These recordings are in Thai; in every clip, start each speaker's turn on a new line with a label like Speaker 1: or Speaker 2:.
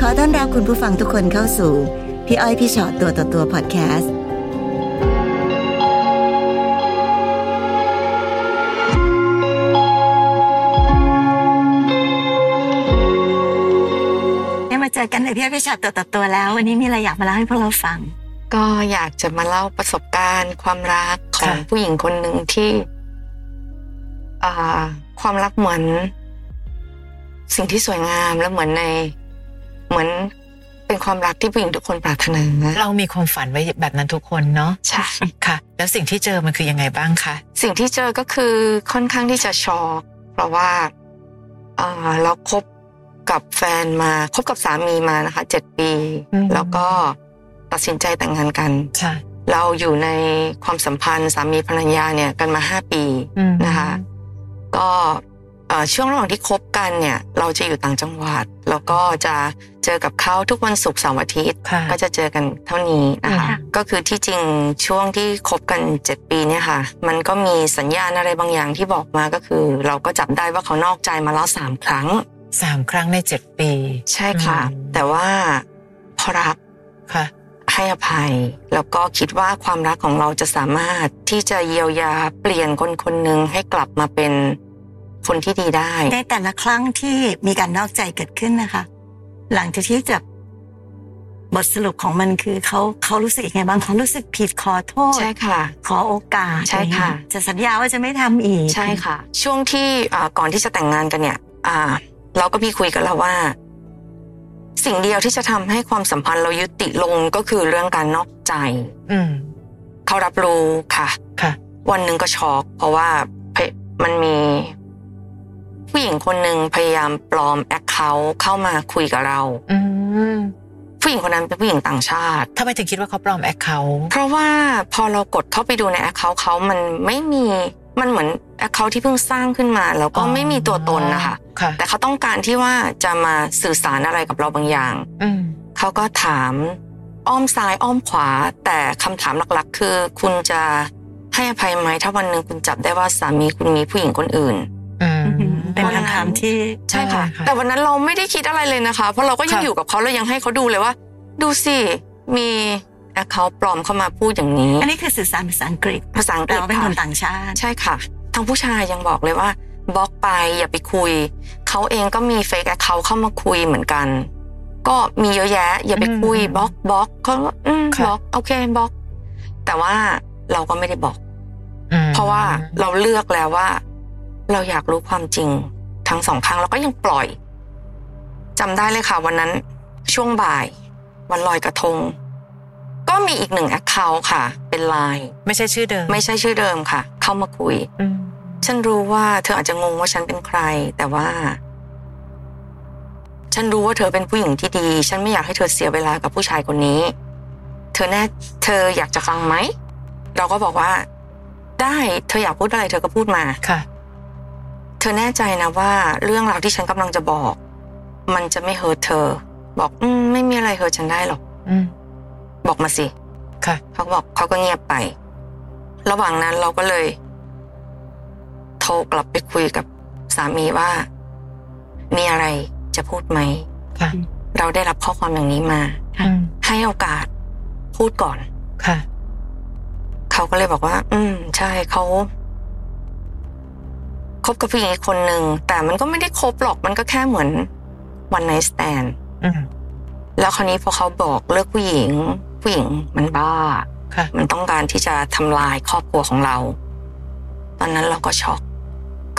Speaker 1: ขอต้อนรับคุณผู้ฟังทุกคนเข้าสู่ พี่อ้อยพี่ชอตตัวต่อตัวพอดแคสต์ได้มาเจอกันในพี่อ้อยพี่ชอตตัวต่อตัวแล้ว วันนี้มีอะไรอยากมาเล่าให้พวกเราฟัง
Speaker 2: ก็อยากจะมาเล่าประสบการณ์ความรักของ
Speaker 1: ค่ะ
Speaker 2: ผู้หญิงคนหนึ่งที่อ่าความรักเหมือน สิ่งที่สวยงามและเหมือนใน เหมือนเป็นความรักที่ผู้หญิงทุกคนปรารถนา
Speaker 3: เรามีความฝันไว้แบบนั้นทุกคนเนาะ
Speaker 2: ใช่
Speaker 3: ค่ะ แล้วสิ่งที่เจอมันคือยังไงบ้างคะ
Speaker 2: สิ่งที่เจอก็คือค่อนข้างที่จะช็อกเพราะว่าอ่าเราคบกับแฟนมาคบกับสามีมานะคะเจ็ดปี แล้วก็ตัดสินใจแต่งงานกัน
Speaker 3: ค่ะ
Speaker 2: เราอยู่ในความสัมพันธ์สามีภรรยาเนี่ยกันมาห้าปี
Speaker 3: อืม
Speaker 2: นะคะ ก็เอ่อช่วงระหว่างที่คบกันเนี่ย เราจะอยู่ต่างจังหวัด แล้วก็จะเจอกับเขาทุกวันศุกร์เสาร์อาทิตย์
Speaker 3: ค่ะ
Speaker 2: ก็จะเจอกันเท่านี้นะคะ
Speaker 3: ค่ะ
Speaker 2: ก็คือที่จริงช่วงที่คบกันเจ็ดปีเนี่ยค่ะ มันก็มีสัญญาณอะไรบางอย่างที่บอกมาก็คือ เราก็จับได้ว่าเขานอกใจมาแล้วสามครั้ง
Speaker 3: สามครั้งในเจ็ดปี
Speaker 2: ใช่ค่ะ
Speaker 3: อืม
Speaker 2: แต่ว่าพอรัก
Speaker 3: ค่ะ
Speaker 2: ให้อภัย แล้วก็คิดว่าความรักของเราจะสามารถที่จะเยียวยาเปลี่ยนคนคนหนึ่งให้กลับมาเป็นคนที่ดีได้
Speaker 1: ในแต่ละครั้งที่มีการนอกใจเกิดขึ้นนะคะ หลังจากที่จะบทสรุปของมันคือเขาเขารู้สึกยังไงบ้างเขารู้สึกผิดขอโทษ
Speaker 2: ใช่ค่ะ
Speaker 1: ขอโอกาส
Speaker 2: ใช่ค่ะ
Speaker 1: จะสัญญาว่าจะไม่ทำอีก
Speaker 2: ใช่ค่ะ ช่วงที่อ่าก่อนที่จะแต่งงานกันเนี่ย อ่า เราก็มีคุยกันแล้วว่า สิ่งเดียวที่จะทำให้ความสัมพันธ์เรายุติลงก็คือเรื่องการนอกใจ
Speaker 3: อืม
Speaker 2: เขารับรู้ค่ะ
Speaker 3: ค่ะ
Speaker 2: วันหนึ่งก็ช็อกเพราะว่าเอ๊ะมันมี ผู้หญิงคนหนึ่งพยายามปลอมแอคเคาท์เข้ามาคุยกับเรา
Speaker 3: อืม
Speaker 2: ผู้หญิงคนนั้นเป็นผู้หญิงต่างชาติ
Speaker 3: ทำไมถึงคิดว่าเขาปลอมแอคเคาท์
Speaker 2: เพราะว่าพอเรากดเข้าไปดูในแอคเคาท์เขามันไม่มีมันเหมือนแอคเคาท์ที่เพิ่งสร้างขึ้นมา แล้วก็ไม่มีตัวตนนะคะ
Speaker 3: ค่ะ
Speaker 2: แต่เขาต้องการที่ว่าจะมาสื่อสารอะไรกับเราบางอย่าง
Speaker 3: อืม
Speaker 2: เขาก็ถามอ้อมซ้ายอ้อมขวา แต่คำถามหลักๆ คือ คุณจะให้อภัยไหมถ้าวันหนึ่งคุณจับได้ว่าสามีคุณมีผู้หญิงคนอื่น
Speaker 3: อืม
Speaker 1: อืมเป็นคำถามที่
Speaker 3: ใช่ค่ะ
Speaker 2: แต่วันนั้นเราไม่ได้คิดอะไรเลยนะคะ เพราะเราก็ยัง
Speaker 3: ค่ะ
Speaker 2: อยู่กับเขาเรายังให้เขาดูเลยว่า ดูสิมีแอคเคาท์ปลอมเข้ามาพูดอย่างนี้
Speaker 1: อันนี้คือสื่อสารภาษาอังกฤษ
Speaker 2: ภาษาอังกฤษ
Speaker 1: เราเป็นคน
Speaker 2: ค่ะ
Speaker 1: ต่างชาติ
Speaker 2: ใช่ค่ะทางผู้ชายยังบอกเลยว่าบล็อกไปอย่าไปคุย เขาเองก็มีเฟกแอคเคาท์เข้ามาคุยเหมือนกัน ก็มีเยอะแยะ อย่าไปคุย
Speaker 3: อืม
Speaker 2: บล็อกบล็อกเขาก็อืม
Speaker 3: ค่ะ
Speaker 2: บล็อกโอเคบล็อก แต่ว่าเราก็ไม่ได้บอก
Speaker 3: อืม
Speaker 2: เพราะว่าเราเลือกแล้วว่า เราอยากรู้ความจริงทั้งสองครั้งเราก็ยังปล่อยจำได้เลยค่ะ วันนั้นช่วงบ่าย วันลอยกระทง ก็มีอีกหนึ่งแอคเคาท์ค่ะ เป็นไลน์
Speaker 3: ไม่ใช่ชื่อเดิม
Speaker 2: ไม่ใช่ชื่อเดิมค่ะ เข้ามาคุย
Speaker 3: อืม
Speaker 2: ฉันรู้ว่าเธออาจจะงงว่าฉันเป็นใคร แต่ว่า ฉันรู้ว่าเธอเป็นผู้หญิงที่ดี ฉันไม่อยากให้เธอเสียเวลากับผู้ชายคนนี้ เธอแน่เธออยากจะฟังไหม เราก็บอกว่า ได้เธออยากพูดอะไร เธอก็พูดมา
Speaker 3: ค่ะ
Speaker 2: เธอแน่ใจนะว่า เรื่องราวที่ฉันกำลังจะบอก มันจะไม่เฮิร์ตเธอ บอกอืมไม่มีอะไรเฮิร์ตฉันได้หรอก
Speaker 3: อืม
Speaker 2: บอกมาสิ
Speaker 3: ค่ะ
Speaker 2: เขาบอกเขาก็เงียบไป ระหว่างนั้นเราก็เลย โทรกลับไปคุยกับสามีว่า มีอะไรจะพูดไหม
Speaker 3: ค่ะ
Speaker 2: เราได้รับข้อความอย่างนี้มา
Speaker 3: อืม
Speaker 2: ให้โอกาสพูดก่อน
Speaker 3: ค่ะ
Speaker 2: เขาก็เลยบอกว่า อืม ใช่เขาคบกับผู้หญิงอีกคนหนึ่งแต่มันก็ไม่ได้คบหรอกมันก็แค่เหมือนวันไนสแตน
Speaker 3: อืม
Speaker 2: แล้วคราวนี้พอเขาบอกเลิกผู้หญิง ผู้หญิงมันบ้า
Speaker 3: ค่ะ
Speaker 2: มันต้องการที่จะทำลายครอบครัวของเรา ตอนนั้นเราก็ช็อก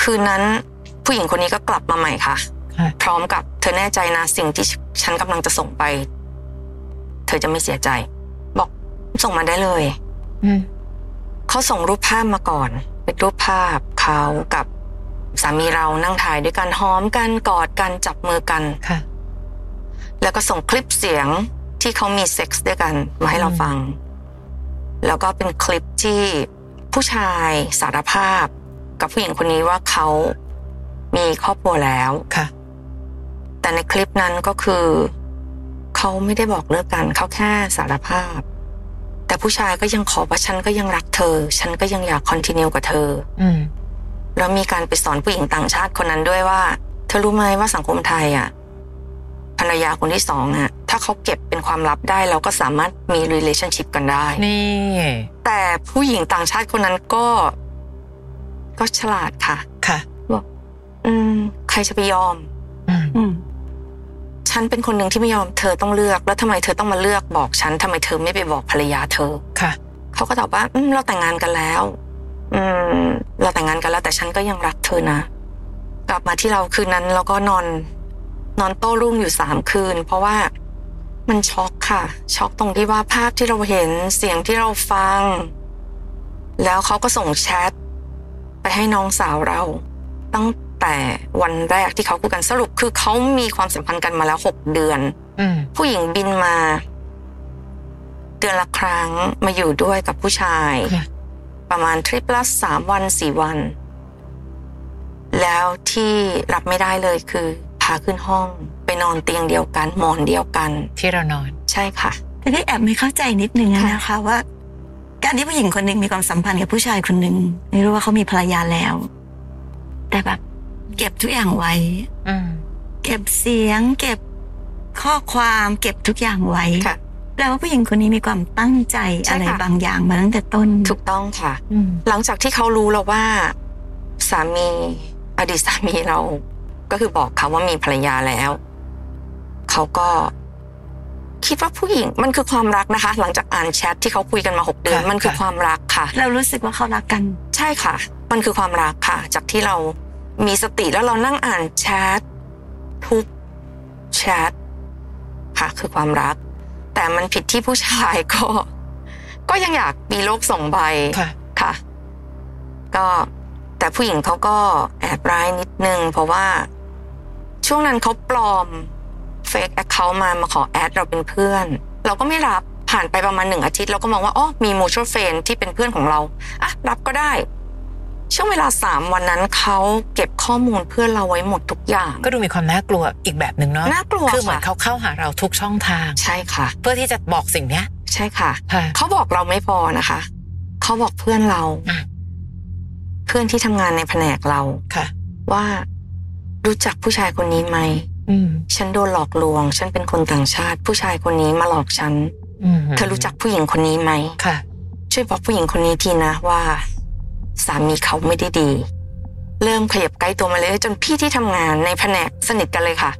Speaker 2: คืนนั้นผู้หญิงคนนี้ก็กลับมาใหม่ค่ะ
Speaker 3: ค่ะ
Speaker 2: พร้อมกับเธอแน่ใจนะสิ่งที่ฉันกำลังจะส่งไป เธอจะไม่เสียใจ บอกส่งมาได้เลย
Speaker 3: อืม
Speaker 2: เขาส่งรูปภาพมาก่อน เป็นรูปภาพเขากับสามีเรานั่งถ่ายด้วยกันหอมกันกอดกันจับมือกัน
Speaker 3: ค่ะ
Speaker 2: แล้วก็ส่งคลิปเสียงที่เขามีเซ็กส์ด้วยกันมาให้เราฟัง แล้วก็เป็นคลิปที่ผู้ชายสารภาพ กับผู้หญิงคนนี้ว่าเขามีครอบครัวแล้ว
Speaker 3: ค่ะ
Speaker 2: แต่ในคลิปนั้นก็คือเขาไม่ได้บอกเลิกกันเขาแค่สารภาพ แต่ผู้ชายก็ยังขอว่าฉันก็ยังรักเธอ ฉันก็ยังอยากคอนติเนียกับเธอ
Speaker 3: อืม
Speaker 2: แล้วมีการไปสอนผู้หญิงต่างชาติคนนั้นด้วยว่า เธอรู้ไหมว่าสังคมไทยอ่ะ ภรร รยาคนที่สองอะถ้าเขาเก็บเป็นความลับได้เราก็สามารถมี relationship กันได้
Speaker 3: นี่
Speaker 2: แต่ผู้หญิงต่างชาติคนนั้นก็ ก็ฉลาดค่ะ
Speaker 3: ค่ะ
Speaker 2: อืม ใครจะไปยอม
Speaker 3: อืม
Speaker 1: อืม
Speaker 2: ฉันเป็นคนหนึ่งที่ไม่ยอมเธอต้องเลือก แล้วทำไมเธอต้องมาเลือกบอกฉันทำไมเธอไม่ไปบอกภรรยาเธอ
Speaker 3: ค่ะ
Speaker 2: เขาก็ตอบว่า อืม เราแต่งงานกันแล้ว อืม เราแต่งงานกันแล้วแต่ฉันก็ยังรักเธอนะ กลับมาที่เราคืนนั้นแล้วก็นอน นอนโต้รุ่งอยู่สามคืน เพราะว่ามันช็อกค่ะ ช็อกตรงที่ว่าภาพที่เราเห็นเสียงที่เราฟัง แล้วเขาก็ส่งแชทไปให้น้องสาวเรา ตั้งแต่วันแรกที่เขาคุยกันสรุปคือเขามีความสัมพันธ์กันมาแล้วหกเดือน
Speaker 3: อืม
Speaker 2: ผู้หญิงบินมา เดือนละครั้งมาอยู่ด้วยกับผู้ชาย
Speaker 3: ค่ะ
Speaker 2: ประมาณทริปละสามวันสี่วัน แล้วที่รับไม่ได้เลยคือ พาขึ้นห้อง ไปนอนเตียงเดียวกัน หมอนเดียวกัน
Speaker 3: ที่เรานอน
Speaker 2: ใช่ค่ะ
Speaker 1: แต่ได้แอบไม่เข้าใจนิดนึง
Speaker 2: ค่ะ
Speaker 1: นะคะว่า การที่ผู้หญิงคนหนึ่งมีความสัมพันธ์กับผู้ชายคนหนึ่งไม่รู้ว่าเขามีภรรยาแล้ว แต่แบบ เก็บทุกอย่างไว้
Speaker 3: อืม
Speaker 1: เก็บเสียง เก็บข้อความเก็บทุกอย่างไว้
Speaker 2: ค่ะ
Speaker 1: แปลว่าผู้หญิงคนนี้มีความตั้งใจ
Speaker 2: ใช่
Speaker 1: อะไร
Speaker 2: ค่ะ
Speaker 1: บางอย่างมาตั้งแต่ต้น
Speaker 2: ถูกต้องค่ะ
Speaker 3: อืม
Speaker 2: หลังจากที่เขารู้แล้วว่า สามีอดีตสามีเรา ก็คือบอกเขาว่ามีภรรยาแล้ว เขาก็ คิดว่าผู้หญิงมันคือความรักนะคะ หลังจากอ่านแชทที่เขาคุยกันมาหกเดือน
Speaker 3: ค่ะ
Speaker 2: มันคือความรักค่ะ
Speaker 1: เรารู้สึกว่าเขารักกัน
Speaker 2: ใช่ค่ะ มันคือความรักค่ะ จากที่เรามีสติแล้วเรานั่งอ่านแชททุกแชทค่ะ คือความรัก แต่มันผิดที่ผู้ชาย ก็ ก็ยังอยากมีโลกสองใบ
Speaker 3: ค่ะ
Speaker 2: ค่ะ ก็แต่ผู้หญิงเขาก็แอบร้ายนิดนึง เพราะว่าช่วงนั้นเขาปลอมเฟกแอคเคาท์มามาขอแอดเราเป็นเพื่อน เราก็ไม่รับผ่านไปประมาณหนึ่งอาทิตย์เราก็มองว่าอ๋อมีมูชวลเฟนที่เป็นเพื่อนของเราอ่ะรับก็ได้ ช่วงเวลาสามวันนั้นเขาเก็บข้อมูลเพื่อนเราไว้หมดทุกอย่าง
Speaker 3: ก็ดูมีความน่ากลัวอีกแบบหนึ่งเนาะ
Speaker 2: น่ากลัว
Speaker 3: คือเหมือน
Speaker 2: ค่ะ
Speaker 3: เขาเข้าหาเราทุกช่องทาง
Speaker 2: ใช่ค่ะ
Speaker 3: เพื่อที่จะบอกสิ่งเนี้ย
Speaker 2: ใช่ค่ะ
Speaker 3: ค่ะ
Speaker 2: เขาบอกเราไม่พอนะคะ เขาบอกเพื่อนเรา
Speaker 3: อ่ะ
Speaker 2: เพื่อนที่ทำงานในแผนกเรา
Speaker 3: ค่ะ
Speaker 2: ว่ารู้จักผู้ชายคนนี้ไหม
Speaker 3: อืม
Speaker 2: ฉันโดนหลอกลวง ฉันเป็นคนต่างชาติ ผู้ชายคนนี้มาหลอกฉัน
Speaker 3: อืม
Speaker 2: เธอรู้จักผู้หญิงคนนี้ไหม
Speaker 3: ค่ะ
Speaker 2: ช่วยบอกผู้หญิงคนนี้ทีนะว่า สามีเขาไม่ได้ดี เริ่มขยับใกล้ตัวมาเลยจนพี่ที่ทำงานในแผนกสนิทกันเลยค่ะ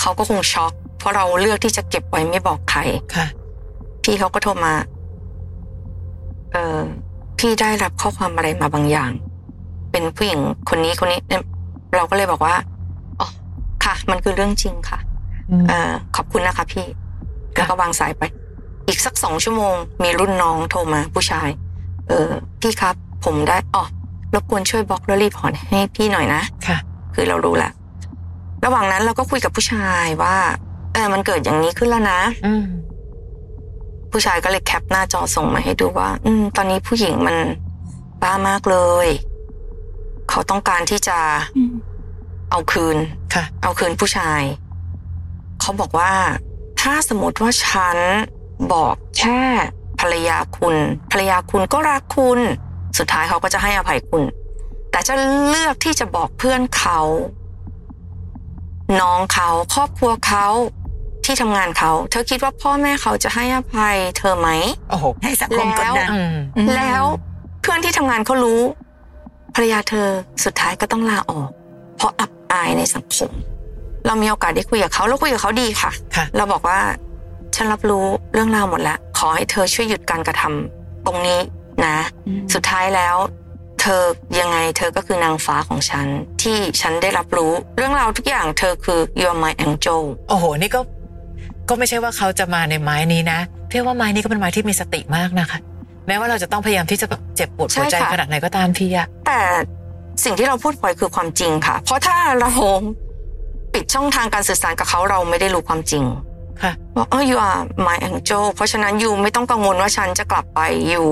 Speaker 2: เขาก็คงช็อก เพราะเราเลือกที่จะเก็บไว้ไม่บอกใคร
Speaker 3: ค่ะ
Speaker 2: พี่เขาก็โทรมา เออพี่ได้รับข้อความอะไรมาบางอย่าง เป็นผู้หญิงคนนี้คนนี้เนี่ยเราก็เลยบอกว่า อ๋อ ค่ะ มันคือเรื่องจริงค่ะ
Speaker 3: อืม
Speaker 2: เออขอบคุณนะคะพี่
Speaker 3: ค่ะ
Speaker 2: แล้วก็วางสายไป อีกสักสองชั่วโมง มีรุ่นน้องโทรมาผู้ชาย เออ พี่ครับ ผมได้อ๋อรบกวนช่วยบล็อกแล้วรีพอร์ตให้พี่หน่อยนะ
Speaker 3: ค่ะ
Speaker 2: คือเรารู้แหละ ระหว่างนั้นเราก็คุยกับผู้ชายว่า เออ มันเกิดอย่างนี้ขึ้นแล้วนะ
Speaker 3: อืม
Speaker 2: ผู้ชายก็เลยแคปหน้าจอส่งมาให้ดูว่า อืม ตอนนี้ผู้หญิงมันบ้ามากเลย เขาต้องการที่จะ
Speaker 1: อืม
Speaker 2: เอาคืน
Speaker 3: ค่ะ
Speaker 2: เอาคืนผู้ชาย เขาบอกว่า ถ้าสมมติว่าฉันบอกแค่ภรรยาคุณ ภรรยาคุณก็รักคุณ สุดท้ายเขาก็จะให้อภัยคุณ แต่จะเลือกที่จะบอกเพื่อนเขา น้องเขาครอบครัวเขาที่ทำงานเขา เธอคิดว่าพ่อแม่เขาจะให้อภัย เธอไหม
Speaker 3: โอ้โห
Speaker 1: ให้สังคมกดดัน
Speaker 3: อืม
Speaker 1: อืม
Speaker 2: แล้วเพื่อนที่ทำงานเขารู้ ภรรยาเธอสุดท้ายก็ต้องลาออก เพราะอับอายในสังคม เรามีโอกาสได้คุยกับเขาแล้วคุยกับเขาดีค่ะ
Speaker 3: ค่ะ
Speaker 2: เราบอกว่า ฉันรับรู้เรื่องราวหมดแล้ว ขอให้เธอช่วยหยุดการกระทำตรงนี้นะ
Speaker 1: อืม
Speaker 2: สุดท้ายแล้ว เธอยังไงเธอก็คือนางฟ้าของฉัน ที่ฉันได้รับรู้เรื่องราวทุกอย่างเธอคือ you are my angel
Speaker 3: โอ้โห นี่ก็ ก็ไม่ใช่ว่าเขาจะมาในไม้นี้นะ เพียงว่าไม้นี้ก็เป็นไม้ที่มีสติมากนะคะ แม้ว่าเราจะต้องพยายามที่จะแบบเจ็บปวดหัวใจ
Speaker 2: ใช่ค่ะ
Speaker 3: ขนาดไหนก็ตามทีอะ
Speaker 2: แต่สิ่งที่เราพูดไปคือความจริงค่ะ เพราะถ้าเราปิดช่องทางการสื่อสารกับเขาเราไม่ได้รู้ความจริง
Speaker 3: ค่ะ
Speaker 2: ว่าเออ you are my angel เพราะฉะนั้นยูไม่ต้องกังวลว่าฉันจะกลับไปยู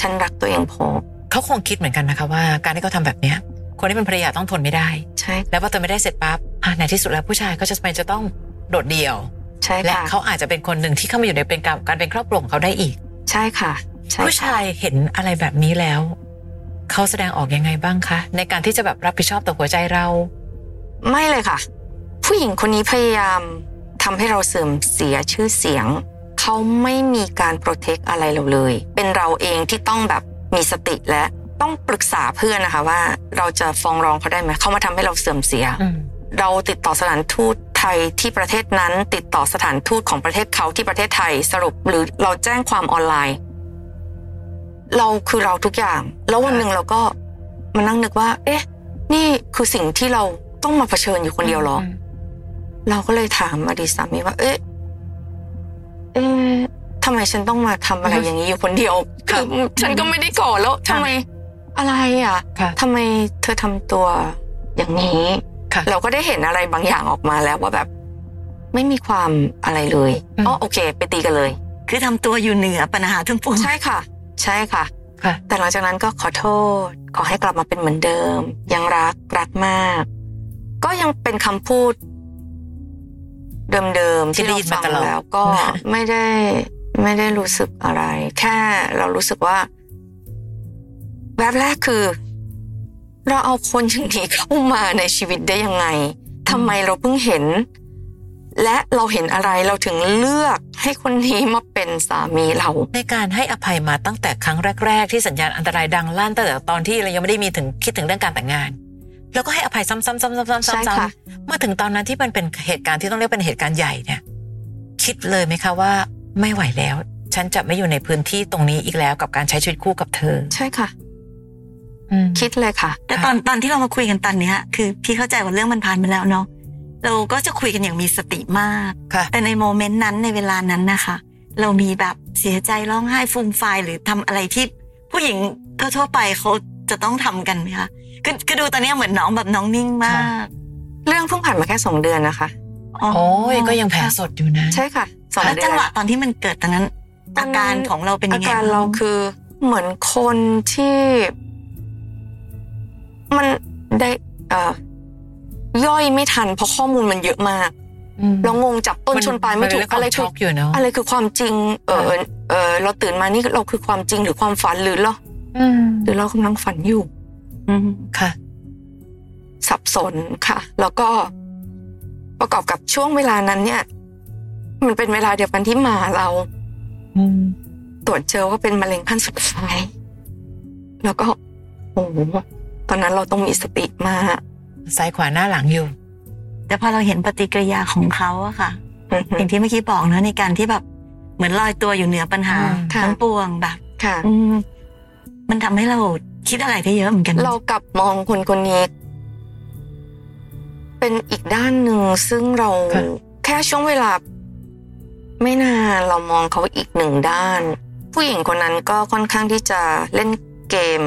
Speaker 2: ฉันรักตัวเองพอ
Speaker 3: เขาคงคิดเหมือนกันนะคะว่า การที่เขาทำแบบเนี้ย คนที่เป็นภรรยาต้องทนไม่ได้
Speaker 2: ใช่
Speaker 3: แล้วพอทนไม่ได้เสร็จปั๊บอ่ะในที่สุดแล้วผู้ชายก็จะเป็นจะต้องโดดเดี่ยว
Speaker 2: ใช่
Speaker 3: และ
Speaker 2: ค่ะ
Speaker 3: เขาอาจจะเป็นคนหนึ่งที่เข้ามาอยู่ในเป็นการการเป็นครอบครัวของเขาได้อีก
Speaker 2: ใช่ค่ะใช่ค่ะ
Speaker 3: ผู้ชายเห็นอะไรแบบนี้แล้ว เขาแสดงออกยังไงบ้างคะ ในการที่จะแบบรับผิดชอบต่อหัวใจเรา
Speaker 2: ไม่เลยค่ะ ผู้หญิงคนนี้พยายาม ทำให้เราเสื่อมเสียชื่อเสียง เขาไม่มีการโปรเทคอะไรเราเลย เป็นเราเองที่ต้องแบบมีสติและต้องปรึกษาเพื่อนนะคะว่าเราจะฟ้องร้องเขาได้ไหมเขามาทำให้เราเสื่อมเสีย
Speaker 3: อืม
Speaker 2: เราติดต่อสถานทูตไทยที่ประเทศนั้น ติดต่อสถานทูตของประเทศเขาที่ประเทศไทยสรุปหรือเราแจ้งความออนไลน์ เราคือเราทุกอย่าง แล้ววันหนึ่งเราก็มานั่งนึกว่า เอ๊ะ นี่คือสิ่งที่เราต้องมาเผชิญอยู่คนเดียวเหรอ
Speaker 3: ม
Speaker 2: เราก็เลยถามอดีตสามีว่า เอ๊ะ เอ๊ะทำไมฉันต้องมาทำอะไรอย่างนี้อยู่คนเดียวคือฉันก็ไม่ได้ก่อแล้วทำไมอะไรอ่ะ
Speaker 3: ค่ะ
Speaker 2: ทำไมเธอทำตัวอย่างนี้
Speaker 3: ค่ะ
Speaker 2: เราก็ได้เห็นอะไรบางอย่างออกมาแล้วว่าแบบ ไม่มีความอะไรเลยอ๋อโอเค ไปตีกันเลย
Speaker 1: คือทำตัวอยู่เหนือปัญหาทั้งปวง
Speaker 2: ใช่ค่ะ ใช่ค่ะ
Speaker 3: ค่ะ
Speaker 2: แต่หลังจากนั้นก็ขอโทษ ขอให้กลับมาเป็นเหมือนเดิม ยังรักรักมาก ก็ยังเป็นคำพูด เดิมๆ ที่
Speaker 3: ที่ได้
Speaker 2: เรา
Speaker 3: ยิน
Speaker 2: ฟั
Speaker 3: มาง ตลอด
Speaker 2: แล้วก็ไม่ได้ไม่ได้รู้สึกอะไร แค่เรารู้สึกว่า แวบแรกคือ เราเอาคนอย่างนี้เข้ามาในชีวิตได้ยังไงทำไมเราเพิ่งเห็น และเราเห็นอะไรเราถึงเลือกให้คนนี้มาเป็นสามีเรา
Speaker 3: ในการให้อภัยมาตั้งแต่ครั้งแรก ๆ ที่สัญญาณอันตรายดังลั่นตั้งแต่ตอนที่เรายังไม่ได้มีถึงคิดถึงเรื่องการแต่งงาน แล้วก็ให้อภัยซ้ำๆๆๆๆๆ
Speaker 2: ใช่ค่ะ
Speaker 3: มาถึงตอนนั้นที่มันเป็นเหตุการณ์ที่ต้องเรียกเป็นเหตุการณ์ใหญ่เนี่ย คิดเลยไหมคะว่าไม่ไหวแล้ว ฉันจะไม่อยู่ในพื้นที่ตรงนี้อีกแล้วกับการใช้ชีวิตคู่กับเธอ
Speaker 2: ใช่ค่ะ
Speaker 3: อืม
Speaker 2: คิดเลยค่ะ
Speaker 1: แต่ตอนตอนที่เรามาคุยกันตอนเนี้ยคือพี่เข้าใจว่าเรื่องมันผ่านไปแล้วเนาะเราก็จะคุยกันอย่างมีสติมาก
Speaker 3: ค่ะ
Speaker 1: แต่ในโมเมนต์นั้นในเวลานั้นนะคะ เรามีแบบเสียใจร้องไห้ฟูมฟายหรือทำอะไรที่ผู้หญิงทั่วๆไปเขาจะต้องทำกันไหมคะคือคือดูตอนเนี้ยเหมือนน้องแบบน้องนิ่งมาก
Speaker 2: เรื่องเพิ่งผ่านมาแค่สองเดือนนะคะ
Speaker 3: โอ้ยก็ยังแผลสดอยู่นะ
Speaker 2: ใช่ค่ะสอง
Speaker 1: แล้ว
Speaker 2: เดื
Speaker 1: จั
Speaker 2: อง น
Speaker 1: หวะตอนที่มันเกิดตอนนั้น อาการของเราเป็น
Speaker 2: อา
Speaker 1: ยังไง
Speaker 2: การ
Speaker 1: บ้ง
Speaker 2: เราคือเหมือนคนที่ มันได้ เอ่อย่อยไม่ทัน เพราะข้อมูลมันเยอะมาก
Speaker 3: อืม
Speaker 2: เรางงจับต้น
Speaker 3: มั
Speaker 2: ชนปลายไม่ถูก
Speaker 3: นเง
Speaker 2: อะไร
Speaker 3: ช็
Speaker 2: ถู
Speaker 3: อก
Speaker 2: ก
Speaker 3: อยู่เนาะ
Speaker 2: อะไรคือความจริง เออเออเราตื่นมานี่เราคือความจริงหรือความฝันหรือเรา
Speaker 3: อืม
Speaker 2: หรือเรากำลังฝันอยู่
Speaker 1: อืม
Speaker 3: ค่ะ
Speaker 2: สับสนค่ะ แล้วก็ประกอบกับช่วงเวลานั้น เนี่ย มันเป็นเวลาเดียวกันที่หมาเรา
Speaker 3: อืม
Speaker 2: ตรวจเจอว่าเป็นมะเร็งขั้นสุดท้าย แล้วก็โอ้โหตอนนั้นเราต้องมีสติมาก
Speaker 3: ซ้ายขวาหน้าหลังอยู่
Speaker 1: แต่พอเราเห็นปฏิกิริยาของเขาอะค่ะ
Speaker 2: อือฮึ
Speaker 1: อย่างที่เมื่อกี้บอกเนอะในการที่แบบเหมือนลอยตัวอยู่เหนือปัญหา
Speaker 3: อืม
Speaker 2: ค่ะ
Speaker 1: ทั้งปวงแบบ
Speaker 2: ค่ะ
Speaker 1: อืมมันทำให้เราคิดอะไรได้เยอะเหมือนกันนะ
Speaker 2: เรากลับมองคนคนนี้ เป็นอีกด้านหนึ่งซึ่งเรา
Speaker 3: ค่ะ
Speaker 2: แค่ช่วงเวลา ไม่นานเรามองเขาอีกหนึ่งด้าน ผู้หญิงคนนั้นก็ค่อนข้างที่จะเล่นเกม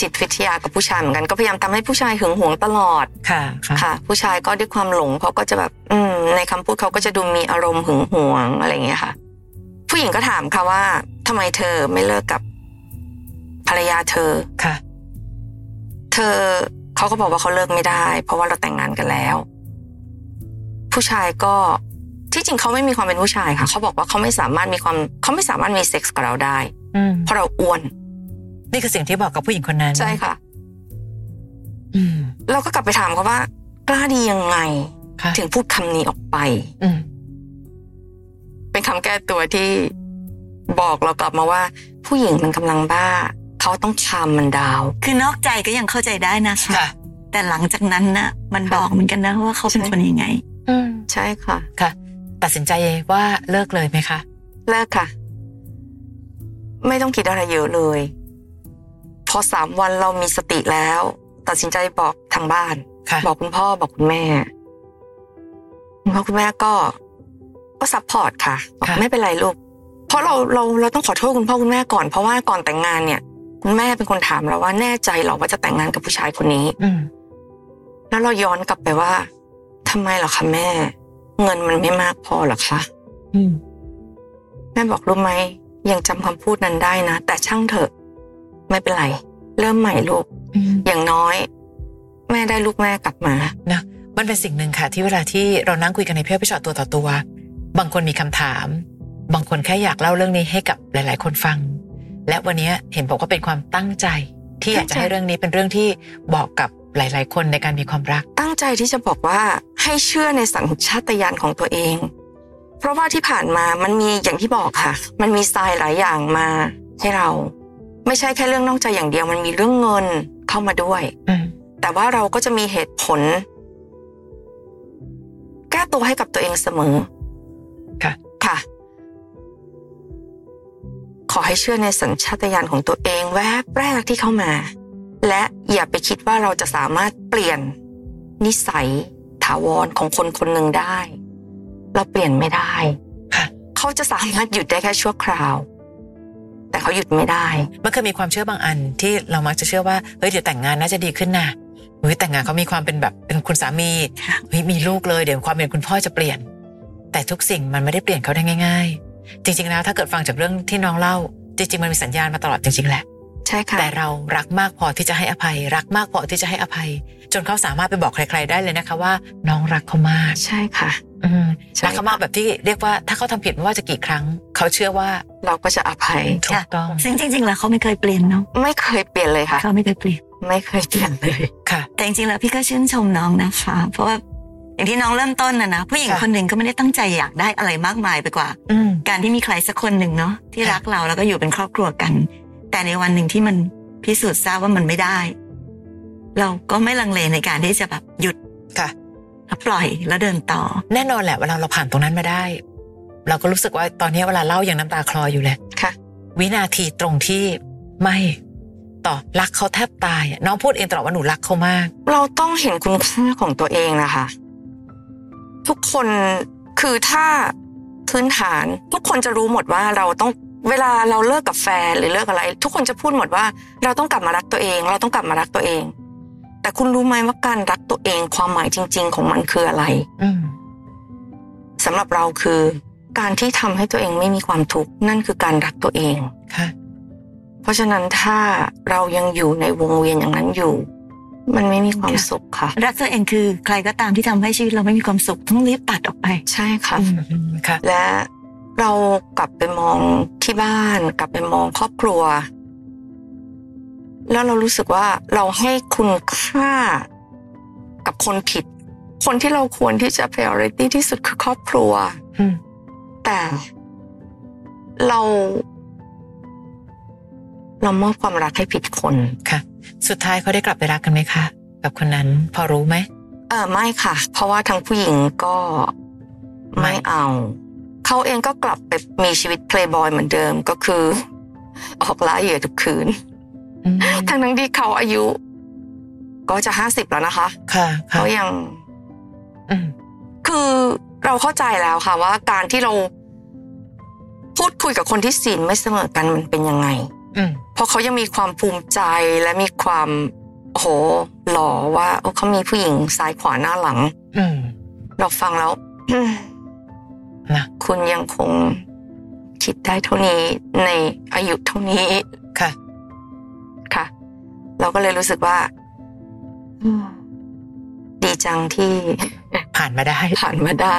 Speaker 2: จิตวิทยากับผู้ชายเหมือนกัน ก็พยายามทำให้ผู้ชายหึงหวงตลอด
Speaker 3: ค่ะ ค่ะ
Speaker 2: ค่ะ ผู้ชายก็ด้วยความหลงเขาก็จะแบบ อืม ในคำพูดเขาก็จะดูมีอารมณ์หึงหวงอะไรอย่างเงี้ยค่ะ ผู้หญิงก็ถามค่ะว่าทำไมเธอไม่เลิกกับภรรยาเธอ
Speaker 3: ค่ะ
Speaker 2: เธอเขาก็บอกว่าเขาเลิกไม่ได้ เพราะว่าเราแต่งงานกันแล้ว ผู้ชายก็ที่จริงเขาไม่มีความเป็นผู้ชายค่ะเขาบอกว่าเขาไม่สามารถมีความเขาไม่สามารถมีเซ็กส์กับเราได้
Speaker 3: อืม
Speaker 2: เพราะเราอ้วน
Speaker 3: นี่คือสิ่งที่บอกกับผู้หญิงคนนั้น
Speaker 2: ใช่ค่ะ
Speaker 3: อืม
Speaker 2: เราก็กลับไปถามเขาว่า กล้าดียังไง
Speaker 3: ค่ะ
Speaker 2: ถึงพูดคำนี้ออกไป
Speaker 3: อืม
Speaker 2: เป็นคำแก้ตัวที่บอกเรากลับมาว่า ผู้หญิงมันกำลังบ้า เขาต้องชามมันดาว
Speaker 1: คือนอกใจก็ยังเข้าใจได้นะ
Speaker 3: ค่ะ
Speaker 1: แต่หลังจากนั้นนะมัน
Speaker 2: ค่ะ
Speaker 1: บอกเหมือนกันนะว่าเขาเป็นคนยังไง
Speaker 3: อืม
Speaker 2: ใช่ค่ะ
Speaker 3: ค่ะ ตัดสินใจว่าเลิกเลยไหมคะ
Speaker 2: เลิกค่ะ ไม่ต้องคิดอะไรเยอะเลย พอสามวันเรามีสติแล้ว ตัดสินใจบอกทางบ้าน
Speaker 3: ค่ะ
Speaker 2: บอกคุณพ่อบอกคุณแม่คุณพ่อคุณแม่ก็ก็ซัพพอร์ตค่ะบอก
Speaker 3: ค่ะ
Speaker 2: ไม่เป็นไรลูก เพราะเราเราเราต้องขอโทษคุณพ่อคุณแม่ก่อนเพราะว่าก่อนแต่งงานเนี่ย คุณแม่เป็นคนถามเราว่าแน่ใจเหรอว่าจะแต่งงานกับผู้ชายคนนี้
Speaker 3: อืม
Speaker 2: แล้วเราย้อนกลับไปว่าทำไมเหรอคะแม่ เงินมันไม่มากพอเหรอคะ
Speaker 3: อืม
Speaker 2: แม่บอกรู้ไหมยังจำคำพูดนั้นได้นะ แต่ช่างเถอะ ไม่เป็นไร เริ่มใหม่ลูก
Speaker 3: อืม
Speaker 2: อย่างน้อย แม่ได้ลูกแม่กลับมา
Speaker 3: นะมันเป็นสิ่งหนึ่งค่ะที่เวลาที่เรานั่งคุยกันในเพื่อพิจารตัวต่อตัว บางคนมีคำถาม บางคนแค่อยากเล่าเรื่องนี้ให้กับหลาย ๆ คนฟัง และวันนี้เห็นบอกว่าเป็นความตั้งใจ ที่อยากจะให้เรื่องนี้เป็นเรื่องที่บอกกับ หลาย ๆ คนในการมีความรัก
Speaker 2: ตั้งใจที่จะบอกว่าให้เชื่อในสัญชาตญาณของตัวเอง เพราะว่าที่ผ่านมามันมีอย่างที่บอกค่ะ มันมีทรายหลายอย่างมาให้เรา ไม่ใช่แค่เรื่องนอกใจอย่างเดียวมันมีเรื่องเงินเข้ามาด้วย
Speaker 3: อืม
Speaker 2: แต่ว่าเราก็จะมีเหตุผล แก้ตัวให้กับตัวเองเสมอ
Speaker 3: ค่ะ
Speaker 2: ค่ะ ขอให้เชื่อในสัญชาตญาณของตัวเองแวบแรกที่เข้ามา และอย่าไปคิดว่าเราจะสามารถเปลี่ยน นิสัยถาวรของคนคนหนึ่งได้ เราเปลี่ยนไม่ได้
Speaker 3: ค่ะ
Speaker 2: เขาจะสามารถหยุดได้แค่ชั่วคราว แต่เขาหยุดไม่ได้
Speaker 3: มันเคยมีความเชื่อบางอันที่เรามักจะเชื่อว่าเฮ้ยเดี๋ยวแต่งงานน่าจะดีขึ้นนะเฮ้ยแต่งงานเขามีความเป็นแบบเป็นคุณสามี
Speaker 1: ค่ะ
Speaker 3: เฮ้ยมีลูกเลยเดี๋ยวความเป็นคุณพ่อจะเปลี่ยน แต่ทุกสิ่งมันไม่ได้เปลี่ยนเขาได้ง่าย ๆ จริง ๆ แล้วถ้าเกิดฟังจากเรื่องที่น้องเล่า จริง ๆ มันมีสัญญาณมาตลอดจริงๆแหละ
Speaker 2: ใช่ค่ะ
Speaker 3: แต่เรารักมากพอที่จะให้อภัย รักมากพอที่จะให้อภัย จนเขาสามารถไปบอกใคร ๆ ได้เลยนะคะว่า น้องรักเขามาก
Speaker 2: ใช่ค่ะ
Speaker 3: อืม
Speaker 2: ใช่
Speaker 3: รักเขามากแบบที่เรียกว่าถ้าเขาทำผิดไม่ว่าจะกี่ครั้ง เขาเชื่อว่า
Speaker 2: เราก็จะอภัย
Speaker 3: ถูกต้อง
Speaker 1: ซึ่งจริง ๆ แล้วเขาไม่เคยเปลี่ยนเนาะ
Speaker 2: ไม่เคยเปลี่ยนเลยค่ะ
Speaker 1: เขาไม่เคยเปลี่ยน
Speaker 2: ไม่เคยเปลี่ยนเลย
Speaker 3: ค่ะ
Speaker 1: แต่จริงๆแล้วพี่ก็ชื่นชมน้องนะคะ เพราะว่าอย่างที่น้องเริ่มต้นนะนะผู้หญิง
Speaker 3: ค่ะ
Speaker 1: คนหนึ่งก็ไม่ได้ตั้งใจอยากได้อะไรมากมายไปกว่า
Speaker 3: อืม
Speaker 1: การที่มีใครสักคนหนึ่งเนาะที่
Speaker 3: ค่ะ
Speaker 1: รักเราแล้วก็อยู่เป็นครอบครัวกัน แต่ในวันหนึ่งที่มันพิสูจน์ทราบว่ามันไม่ได้ เราก็ไม่ลังเลในการที่จะแบบหยุด
Speaker 3: ค่ะ
Speaker 1: แล้วปล่อยแล้วเดินต่อ
Speaker 3: แน่นอนแหละเวลาเราผ่านตรงนั้นมาได้ เราก็รู้สึกว่าตอนนี้เวลาเล่ายังน้ำตาคลออยู่เลย
Speaker 2: ค่ะ
Speaker 3: วินาทีตรงที่ไม่ต่อรักเขาแทบตายอะน้องพูดเองตลอดว่าหนูรักเขามาก
Speaker 2: เราต้องเห็นคุณค่าของตัวเองนะคะ ทุกคนคือถ้าพื้นฐาน ทุกคนจะรู้หมดว่าเราต้องเวลาเราเลิกกับแฟนหรือเลิกอะไร ทุกคนจะพูดหมดว่า เราต้องกลับมารักตัวเอง เราต้องกลับมารักตัวเอง แต่คุณรู้ไหมว่าการรักตัวเองความหมายจริง ๆ ของมันคืออะไร
Speaker 3: อืม
Speaker 2: สำหรับเราคือ การที่ทำให้ตัวเองไม่มีความทุกข์นั่นคือการรักตัวเอง
Speaker 3: ค่ะ
Speaker 2: เพราะฉะนั้นถ้าเรายังอยู่ในวงเวียนอย่างนั้นอยู่ มันไม่มีความ
Speaker 1: ค่ะ
Speaker 2: สุขค่ะ
Speaker 1: รักตัวเองคือใครก็ตามที่ทำให้ชีวิตเราไม่มีความสุขต้องรีบตัดออกไป
Speaker 2: ใช่ค่ะ
Speaker 3: อืมค่ะ
Speaker 2: และเรากลับไปมองที่บ้าน กลับไปมองครอบครัว แล้วเรารู้สึกว่าเราให้คุณค่ากับคนผิด คนที่เราควรที่จะ priority ที่สุดคือครอบครัว
Speaker 3: อืม
Speaker 2: แต่เรา เรามอบความรักให้ผิดคน
Speaker 3: ค่ะ สุดท้ายเขาได้กลับไปรักกันไหมคะกับคนนั้นพอรู้ไหม
Speaker 2: เออไม่ค่ะ เพราะว่าทางผู้หญิงก็
Speaker 3: ไม่
Speaker 2: ไม่เอา เขาเองก็กลับไปมีชีวิตเพลย์บอยเหมือนเดิมก็คือ ออกล่าเหยื่อทุกคืน
Speaker 3: อืม
Speaker 2: ทั้งนั้นที่เขาอายุ ก็จะห้าสิบแล้วนะคะ
Speaker 3: ค่ะค่ะ
Speaker 2: เขายัง
Speaker 3: อืม
Speaker 2: คือเราเข้าใจแล้วค่ะว่าการที่เรา พูดคุยกับคนที่ศีลไม่เสมอกันมันเป็นยังไง
Speaker 3: อืม
Speaker 2: เพราะเขายังมีความภูมิใจและมีความโอ้โหหล่อว่าโอ้เขามีผู้หญิงซ้ายขวาหน้าหลัง
Speaker 3: อืม
Speaker 2: เราฟังแล้ว
Speaker 3: นะ
Speaker 2: คุณยังคงคิดได้เท่านี้ในอายุเท่านี้
Speaker 3: ค่ะ
Speaker 2: ค่ะ เราก็เลยรู้สึกว่าอืมดีจังที่
Speaker 3: ผ่านมาได้
Speaker 2: ผ่านมาได้